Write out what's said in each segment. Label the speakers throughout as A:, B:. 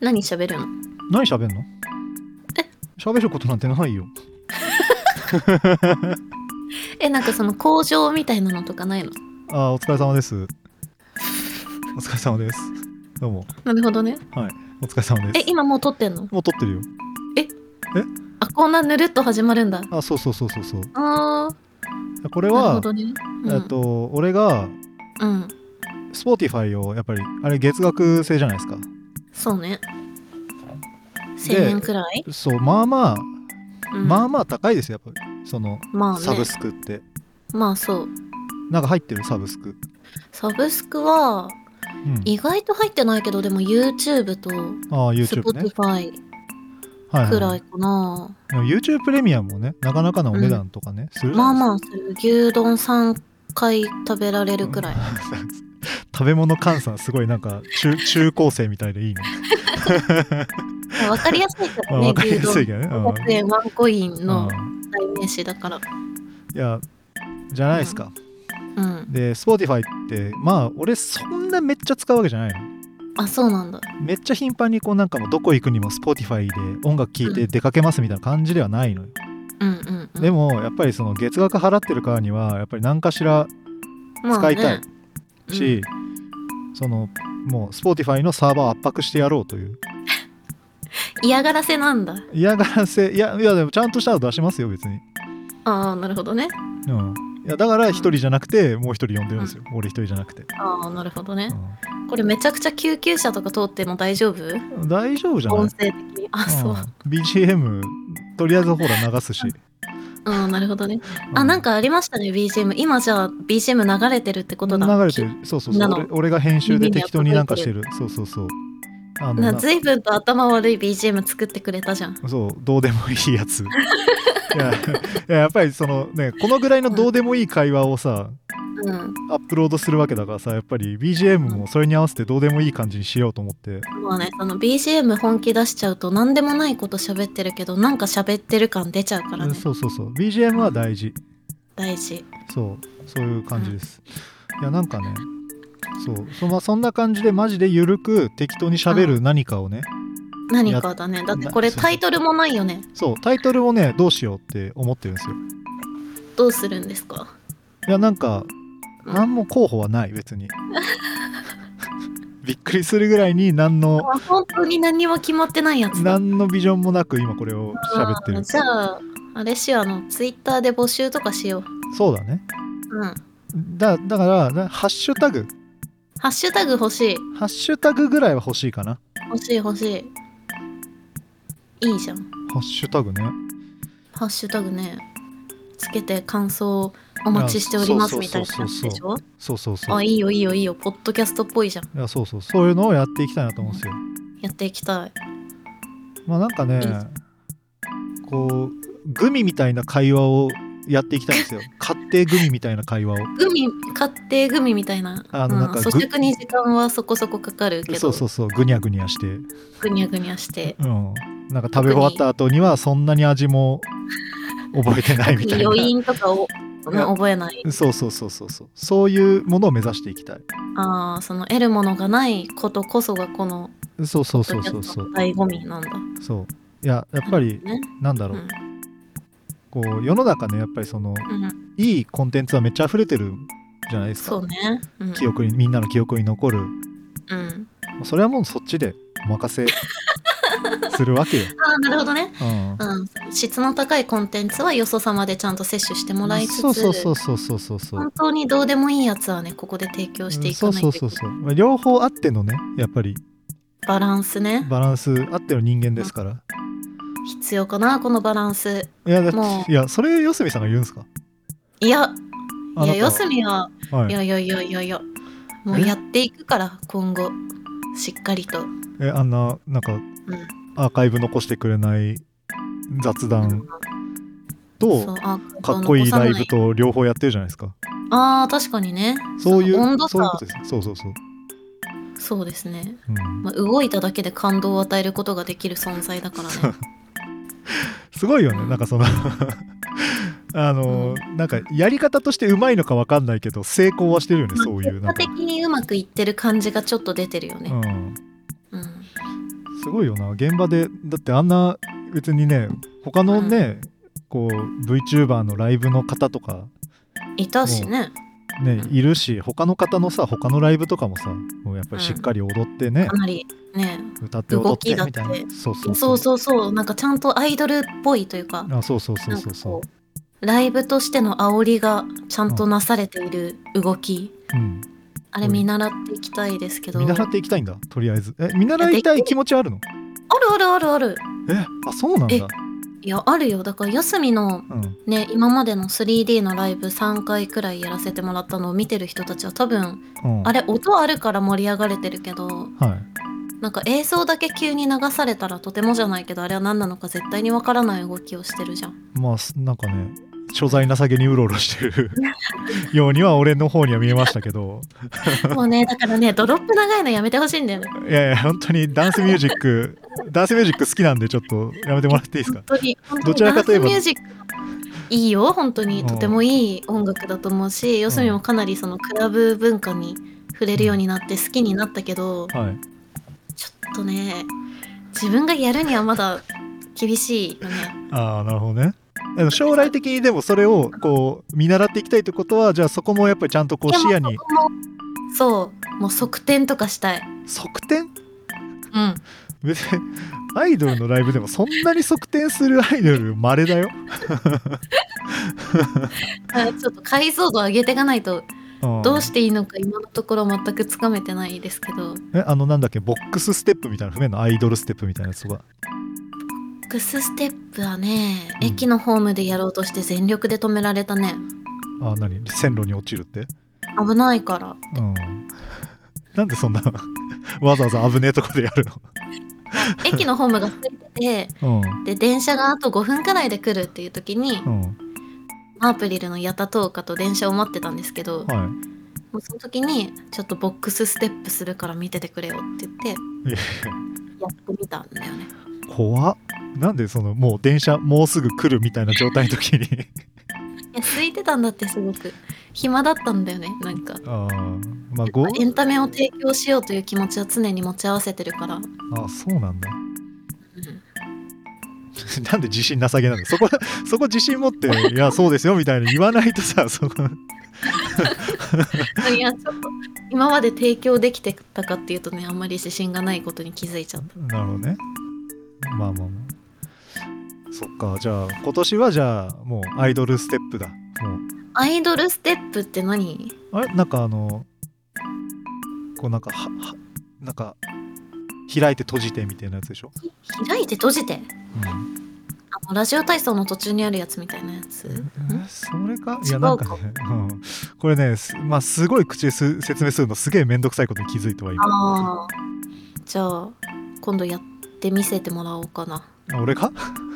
A: 何喋るの
B: 何喋んの喋ることなんてないよ。
A: えなんかその工場みたいなのとかないの
B: あーお疲れ様です。お疲れ様です。どうも、
A: なるほどね
B: お疲れ様で
A: え
B: す。
A: 今もう撮ってんの
B: もう撮ってるよ。
A: あこんなぬるっと始まるんだ
B: あ、そうそうそうそうそう。
A: あー
B: これ
A: なるほ
B: は、
A: どねうん
B: えっと、俺が、
A: うん、
B: Spotify をやっぱり、あれ月額制じゃないですか。
A: そうね1000円くらい、
B: そう、まあまあ、
A: うん、
B: まあまあ高いですよ、やっぱり。その、
A: まあ
B: サブ
A: ね
B: スクって。
A: まあそう
B: なんか入ってるサブスク。
A: サブスクは
B: うん、
A: 意外と入ってないけどでも YouTube と
B: ああ、YouTube ね。
A: Spotify
B: はい
A: く
B: は
A: ら
B: い
A: いかな、
B: でも YouTube プレミアムもね、なかなかなお値段とかね、するじ
A: ま
B: ゃ
A: あ
B: ない
A: まあする牛丼3回食べられるくらい
B: ですか。食べ物換算すごいなんか中中高生みたいで いいね。
A: わかりやすいから
B: まあ、
A: ね
B: わか
A: 牛
B: りやす
A: 丼
B: いけどね。うん
A: 500円ワンコインの
B: うん
A: 代名詞だから
B: いやじゃないですか。
A: うん
B: で Spotify ってまあ俺そんなめっちゃ使うわけじゃないの。
A: あそうなんだ
B: めっちゃ頻繁にこうなんかもうどこ行くにも Spotify で音楽聴いて出かけますみたいな感じではないのよ。
A: うんうん、うん、
B: でもやっぱりその月額払ってるからにはやっぱり何かしら
A: まあ
B: 使いたい
A: ね
B: し、そのもう Spotify のサーバーを圧迫してやろうという
A: うん嫌がらせなんだ
B: 嫌がらせいやいやでもちゃんとしたら出しますよ別に。
A: ああなるほどね
B: うん、いやだから一人じゃなくてもう一人呼んでるんですよ、俺一人じゃなくて、
A: ああなるほどね
B: うん
A: これめちゃくちゃ救急車とか通っても大丈夫
B: 大丈夫じゃない
A: 音声的にあそう
B: うん BGM とりあえずほら流すし、
A: うんなるほどね
B: うん
A: あなんかありましたね BGM 今じゃあ BGM 流れてるってことだ
B: 流れてるそうそうそう
A: なの
B: 俺俺が編集
A: 耳
B: で
A: に
B: 適当になんかしてるそうそうそうあ
A: な
B: な
A: 随分と頭悪い BGM 作ってくれたじゃん
B: そうどうでもい いやついやいややっぱりそのねこのぐらいのどうでもいい会話をさ
A: うん
B: アップロードするわけだからさやっぱり BGM もそれに合わせてどうでもいい感じにしようと思って
A: まあねその BGM 本気出しちゃうと何でもないこと喋ってるけどなんか喋ってる感出ちゃうから
B: うん
A: ね
B: そうそうそう BGM は大事
A: 大事
B: そうそういう感じです、いやなんかねそうそ,、まあ、そんな感じでマジでゆるく適当にしゃべる何かをね、
A: 何かだねだってこれ
B: そうそう
A: タイトルもないよね
B: そうタイトルをねどうしようって思ってるんですよ
A: どうするんですか
B: いやなんか
A: うん
B: 何も候補はない別に びっくりするぐらいに何の
A: あ本当に何も決まってないやつだ
B: 何のビジョンもなく今これを喋っ
A: あ
B: てる
A: ーじゃああれしようあのツイッターで募集とかしよう
B: そうだね
A: うん
B: だだからだハッシュタグ
A: ハッシュタグ欲しい
B: ハッシュタグぐらいは欲しいかな
A: 欲しい欲しいいいじゃん
B: ハッシュタグね
A: ハッシュタグねつけて感想をお待ちしております
B: あ
A: みたいなやつで
B: そう
A: しょ
B: そうそうそう
A: あ
B: い
A: いいよいいよいいよポッドキャストっぽいじゃん
B: やそうそうそういうのをやっていきたいなと思うんですよ
A: やっていきたい
B: まあなんかね
A: いいです
B: こうグミみたいな会話をやっていきたいん ですよ買ってグミみたいな会話を
A: グミ買ってグミみたいな
B: あの
A: うん
B: なんか
A: 咀嚼に時間はそこそこかかるけど
B: そうそうそうグニャグニャして、うん、
A: ぐにゃぐにゃして
B: なんか食べ終わった後にはそんなに味も覚えてない みたい
A: 余
B: な
A: 韻とかを
B: いや
A: 覚えない
B: そうそうそうそうそうそういうものを目指していきたい
A: あーその得るものがないことこそがこの
B: そうそう
A: ポ
B: そ
A: ッ
B: うそ
A: ド
B: う
A: キャス
B: そ
A: トの
B: う
A: 醍醐味なんだ
B: そういややっぱり
A: ね
B: なんだ
A: う
B: ろうんこう世の中ねやっぱりその
A: うん
B: いいコンテンツはめっちゃ溢れてるじゃないです
A: そ
B: か
A: うねうん
B: 記憶にみんなの記憶に残る
A: うん
B: それはもうそっちでお任せするわ けよ。
A: ああなるほどね
B: うん
A: うん、質の高いコンテンツはよそ様でちゃんと摂取してもらいつつ
B: そうそうそうそうそうそうそう。
A: 本当にどうでもいいやつはねここで提供してい
B: そ
A: か
B: う
A: ない
B: そ
A: と
B: う
A: いけ
B: そ
A: な
B: う
A: い
B: そう。まあ両方あってのね、やっぱり
A: バランスね
B: バランスあっての人間ですから。
A: 必要かなこのバランス
B: いやだって
A: もう
B: いやそれ四隅さんが言うんですか。
A: いや
B: あ
A: いや
B: なたは
A: 四隅は
B: はいい。
A: やいやいやいやいやもう
B: え
A: やっていくから今後しっかりと、うん、
B: えあんななんかアーカイブ残してくれない雑談
A: そ
B: と
A: うあ
B: かっこいいライブ
A: こう
B: と両方やってるじゃないですか。
A: 残さないあー確かにね
B: そういう
A: その温度差
B: そういうことです。そうそうそう。
A: そうですね、
B: うん
A: まあ、動いただけで感動を与えることができる存在だからね
B: すごいよねなんかその あの、なんかやり方としてうまいのかわかんないけど成功はしてるよねそういう
A: 結
B: な
A: 果
B: んか、
A: 的にうまくいってる感じがちょっと出てるよ
B: う
A: ね、
B: ん、
A: うん
B: すごいよな現場でだってあんな別にね他のね、こう VTuber のライブの方とか
A: いたしね
B: ね、
A: うん
B: いるし他の方のさ他のライブとかもさもうやっぱりしっかり踊ってね
A: か、なりね
B: 歌って踊っ
A: 動
B: て
A: きだっ
B: み
A: て
B: たいなそうそ
A: そううそうそうなんかちゃんとアイドルっぽいというか
B: あそうそうそう
A: なん
B: そ
A: か
B: うそう
A: こうライブとしての煽りがちゃんとなされている動き、
B: うん、
A: あれ見習っていきたいですけど
B: 見習っていきたいんだとりあえずえ見習いたい気持ちはあるの
A: あるあるあるある
B: えあそうなんだ
A: いやあるよだから休みの
B: うん
A: ね今までの 3D のライブ3回くらいやらせてもらったのを見てる人たちは多分
B: うん
A: あれ音あるから盛り上がれてるけど
B: はい
A: なんか映像だけ急に流されたらとてもじゃないけどあれは何なのか絶対にわからない動きをしてるじゃ ん
B: まあすなんかね所在なさげにうろうろしてる ようには俺の方には見えましたけど
A: もうねだからねドロップ長いのやめてほしいんだよね
B: いやいや本当にダンスミュージックダンスミュージック好きなんでちょっとやめてもらっていいですか
A: 本当に本当
B: ど
A: に
B: ちらかといえば
A: ダンスミュージックいいよ本当
B: う
A: に
B: ん
A: とてもいい音楽だと思うし四隅もかなりそのクラブ文化に触れるようになって好きになったけど
B: はい
A: ちょっとね自分がやるにはまだ厳しいよね
B: ああなるほどねでも将来的にでもそれをこう見習っていきたいってことはじゃあそこもやっぱりちゃんとこう視野
A: で
B: に
A: もそこもそうもう側転とかしたい
B: 側転
A: うん
B: 別にアイドルのライブでもそんなに側転するアイドル稀だよ、
A: あちょっと解像度上げていかないと
B: うん
A: どうしていいのか今のところ全くつかめてないですけど
B: えあのなんだっけボックスステップみたいな不明のアイドルステップみたいなやつ
A: ボ
B: が
A: ックスステップはね
B: うん
A: 駅のホームでやろうとして全力で止められたね
B: あ何線路に落ちるって
A: 危ない から
B: うんなんでそんな わざわざ危ねえとこでやる
A: 駅のホームが空いて
B: の
A: てで電車があと5分くらいで来るっていう時に
B: うんうん
A: アープリルのヤタトーカと電車を待ってたんですけど
B: は
A: もうその時にちょっとボックスステップするから見ててくれよって言ってや
B: いいや
A: ってみたんだよね
B: 怖っなんでそのもう電車もうすぐ来るみたいな状態の時に
A: いや空いてたんだってすごく暇だったんだよねなんか
B: あーまあご
A: エンタメを提供しようという気持ちは常に持ち合わせてるから、うん
B: あそうなんだ なんで自信なさげなのそこそこ自信持って「いやそうですよ」みたいに言わないとさそこ
A: いやちょっと今まで提供できてたかっていうとねあんまり自信がないことに気づいちゃった
B: なるほどね。まあまあまあ。そっか、じゃあ今年はじゃあもうアイドルステップだ。もう
A: アイドルステップって何
B: あれなんかあの、こうなんか、ははなんか、開いて閉じてみたいなやつでしょ。
A: 開いて閉じて
B: うん
A: あのラジオ体操の途中にあるやつみたいなやつ、
B: えそれかい
A: 違
B: や
A: うか
B: なんかね、うん、これねす,、まあ、すごい口です説明するのすげえめんどくさいことに気づいたわ今
A: ああじゃあ今度やってみせてもらおうかな
B: あ俺が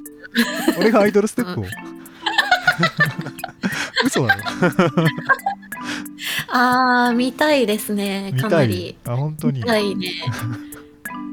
B: 俺がアイドルステップを 嘘だろ
A: あー見たいですね
B: 見
A: か
B: た
A: ないり
B: あ本当に
A: 見たいね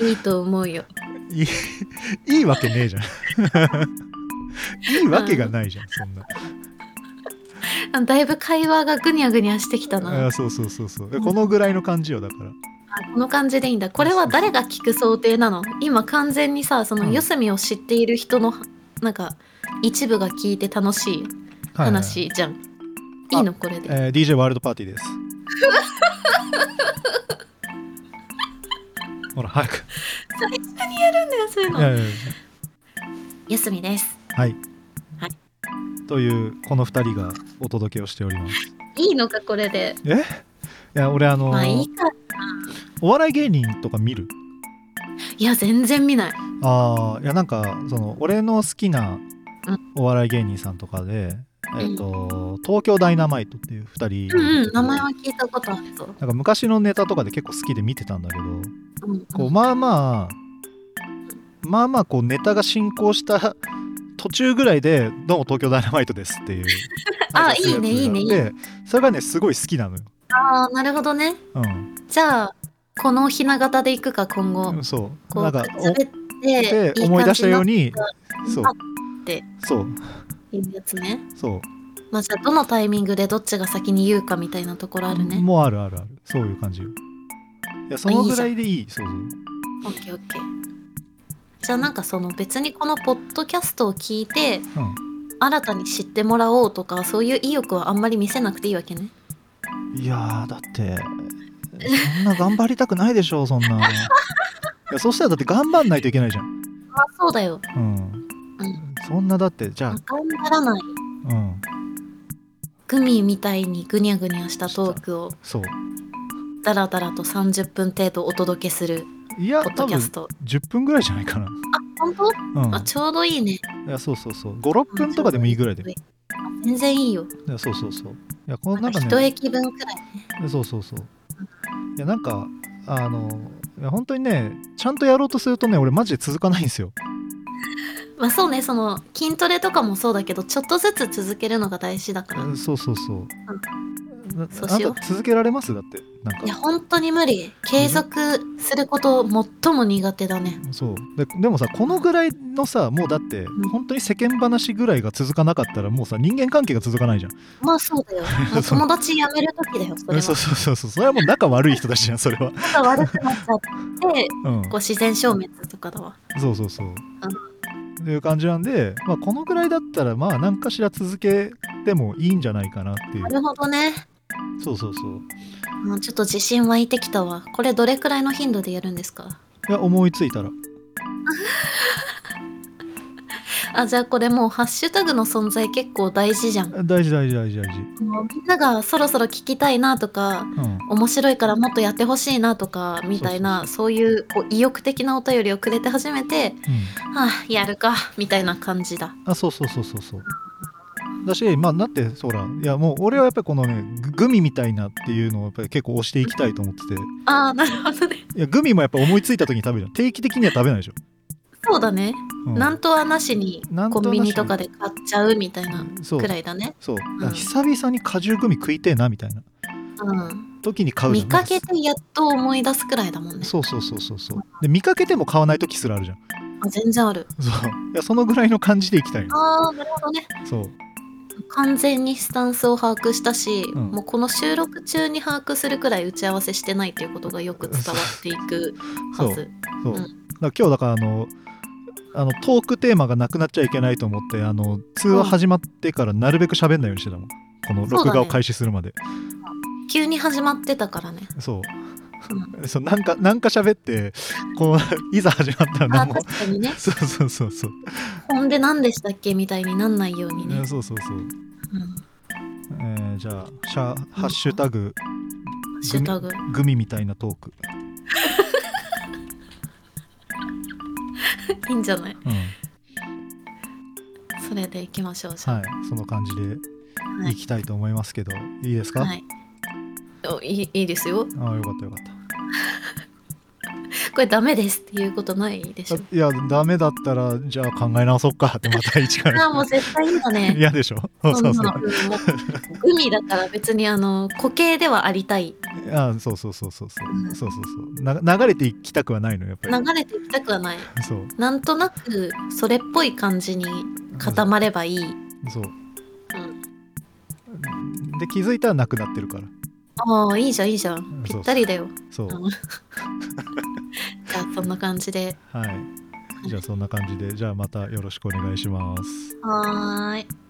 A: いいと思うよ
B: いいいいわけね えじゃん。いいわけがないじゃん、そんな。
A: あだいぶ会話がぐにゃぐにゃしてきたな
B: あそうそうそうそう。このぐらいの感じよ、だから。
A: あこの感じでいいんだこれは誰が聞く想定なの今完全にさその四隅を知っている人のなんか一部が聞いて楽しい
B: はいはい
A: 話じゃん、いいのこれで
B: えー DJ ワールドパーティーです。 ほら、早く。
A: 最初にやるんだよそういう
B: いや
A: の
B: いやい
A: 四みです
B: やはい
A: はい。
B: という、この二人がお届けをしております。
A: いいのかこれで
B: えいや、俺、あの、
A: まあいいか
B: お笑い芸人とか見る
A: いや全然見ない
B: ああいやなんかその俺の好きな
A: うん
B: お笑い芸人さんとかで、えっと東京ダイナマイトっていう2人、
A: うんうん名前は聞いたことあるぞ、
B: なんか昔のネタとかで結構好きで見てたんだけど
A: うんうん
B: こうまあまあまあまあこうネタが進行した途中ぐらいで「どうも東京ダイナマイトです」っていう
A: あ
B: なんかするやつが
A: いいねいいね
B: でそれがねすごい好きなのよ。
A: ああなるほどね
B: う
A: じゃあこのひな形でいくか今後、
B: ん、そう
A: こ
B: なん
A: う
B: か
A: くっ
B: お
A: つべって
B: で思い出したよう
A: に
B: に
A: 感じに
B: そう
A: なって
B: そう
A: いいやつね
B: そう
A: まあじゃあどのタイミングでどっちが先に言うかみたいなところあるね。
B: もうあるあるあるそういう感じよいやそのぐらいでいいそうそう
A: オッケーオッケー。じゃあなんかその別にこのポッドキャストを聞いて
B: うん
A: 新たに知ってもらおうとかそういう意欲はあんまり見せなくていいわけね。
B: いやーだってそんな頑張りたくないでしょそんないやそしたらだって頑張んないといけないじゃん、
A: あそうだよ。
B: うん、
A: うん。
B: そんなだってじゃあ
A: 頑、張らない
B: うん、
A: グミみたいにぐにゃぐにゃしたトークを
B: そう
A: ダラダラと30分程度お届けする
B: いや
A: ポッド
B: 多
A: キャ
B: 分
A: スト。
B: 10分ぐらいじゃないかな
A: あ本当、あ
B: う
A: ちょうどいいね。
B: んいやそうそうそう56分とかでもいいぐらいでい
A: 全然いいよ。
B: やそうそうそういやこの
A: な
B: なんん
A: か
B: か
A: 一
B: ね
A: 駅分くらい。
B: そうそうそういやなんかあのいや本当にねちゃんとやろうとするとね俺マジで続かないんですよ
A: まあそうねその筋トレとかもそうだけどちょっとずつ続けるのが大事だから。
B: うんそうそうそうな
A: そう
B: あ
A: しよ
B: ん
A: う
B: た続けられますだってなん
A: いや
B: か
A: 本当に無理継続すること最も苦手だね
B: そうででもさこのぐらいのさもうだって
A: ん
B: 本当に世間話ぐらいが続かなかったらもうさ人間関係が続かないじゃん
A: まあそう だよもう
B: そう
A: 友達辞める時だよそれ
B: うんそう
A: は
B: そうそうそうそれはもう仲悪い人たちじゃんそれは、
A: 仲悪くなっちゃって
B: うん、
A: こう自然消滅とかだわ
B: そうそうそう。っていう感じなんで、まあ、このぐらいだったらまあ何かしら続けてもいいんじゃないかなってい
A: な
B: う
A: るほどね
B: そうそうそう
A: うんちょっと自信湧いてきたわこれどれくらいの頻度でやるんですか
B: いや思いついたら
A: あじゃあこれもうハッシュタグの存在結構大事じゃん
B: 大事大事大事大事、
A: もうみんながそろそろ聞きたいなとか
B: うん、
A: 面白いからもっとやってほしいなとかみたいなそういうこう意欲的なお便りをくれて初めて
B: うん
A: はあやるかみたいな感じだ
B: あそうそうそうそうそうだしまあだってそうらいやもう俺はやっぱりこのねググミみたいなっていうのをやっぱり結構押していきたいと思っててい
A: ああなるほどね
B: やグミもやっぱ思いついた時に食べるじゃん定期的には食べないでしょ、
A: そうだね、
B: うん、
A: なんとはなしに
B: なんと
A: コ
B: はなしに
A: ンビニとかで買っちゃうみたいな
B: そう
A: くらいだね
B: そうだから久々に果汁グミ食いてえなみたいな
A: うん
B: 時に買うじゃ
A: 見
B: ん
A: かけてやっと思い出すくらいだもんね
B: そうそうそうそうそうで見かけても買わない時すらあるじゃん
A: あ全然ある
B: そういやそのぐらいの感じでいきたいの
A: あーなるほどね
B: そう
A: 完全にスタンスを把握したし、
B: うん
A: もうこの収録中に把握するくらい打ち合わせしてないっていうことがよく伝わっていくはず
B: そう、
A: うん
B: だから今日だからあのあのトークテーマがなくなっちゃいけないと思ってあの通話始まってからなるべく喋んないようにしてたもんこの
A: そう
B: 録
A: だね
B: 画を開始するまで
A: 急に始まってたからね
B: そう,、
A: う
B: そうなんかなんか喋ってこういざ始まったら
A: あー
B: 何も
A: 確かにね
B: そうそうそうそう、
A: ほんで何でしたっけみたいになんないようにね、
B: そうそうそう、
A: うん、ハ
B: えーじゃあシャ「ハッシュタグ
A: ッシュタグ
B: グミみたいなトーク」
A: いいんじゃない
B: うん
A: それでいきましょうじゃあ
B: はいその感じで
A: はい
B: いきたいと思いますけど、い、いですか、
A: はいおいいいいですよ
B: ああよかったよかっ
A: これダメですっていうことないでしょ
B: たいやダメだったらじゃあ考え直そ うかってまた一か
A: あ
B: ら
A: あもう絶対いいんだね
B: 嫌でしょそう
A: そん
B: そ
A: な
B: うそう
A: のうんもうグミだから別にあの固形ではありたい
B: あそうそうそうそうそう
A: うん
B: そうそうそうな流れていきたくはないのやっぱ
A: 流れていきたくはない
B: りそう
A: なんとなくそれっぽい感じに固まればいい、
B: そう
A: うん、
B: で気づいたらなくなってるから
A: ああいいじゃんいいじゃ
B: うんん
A: ぴったりだよ
B: そう、
A: うんじゃあそんな感じで
B: はいじゃあそんな感じでじゃあまたよろしくお願いします
A: はーい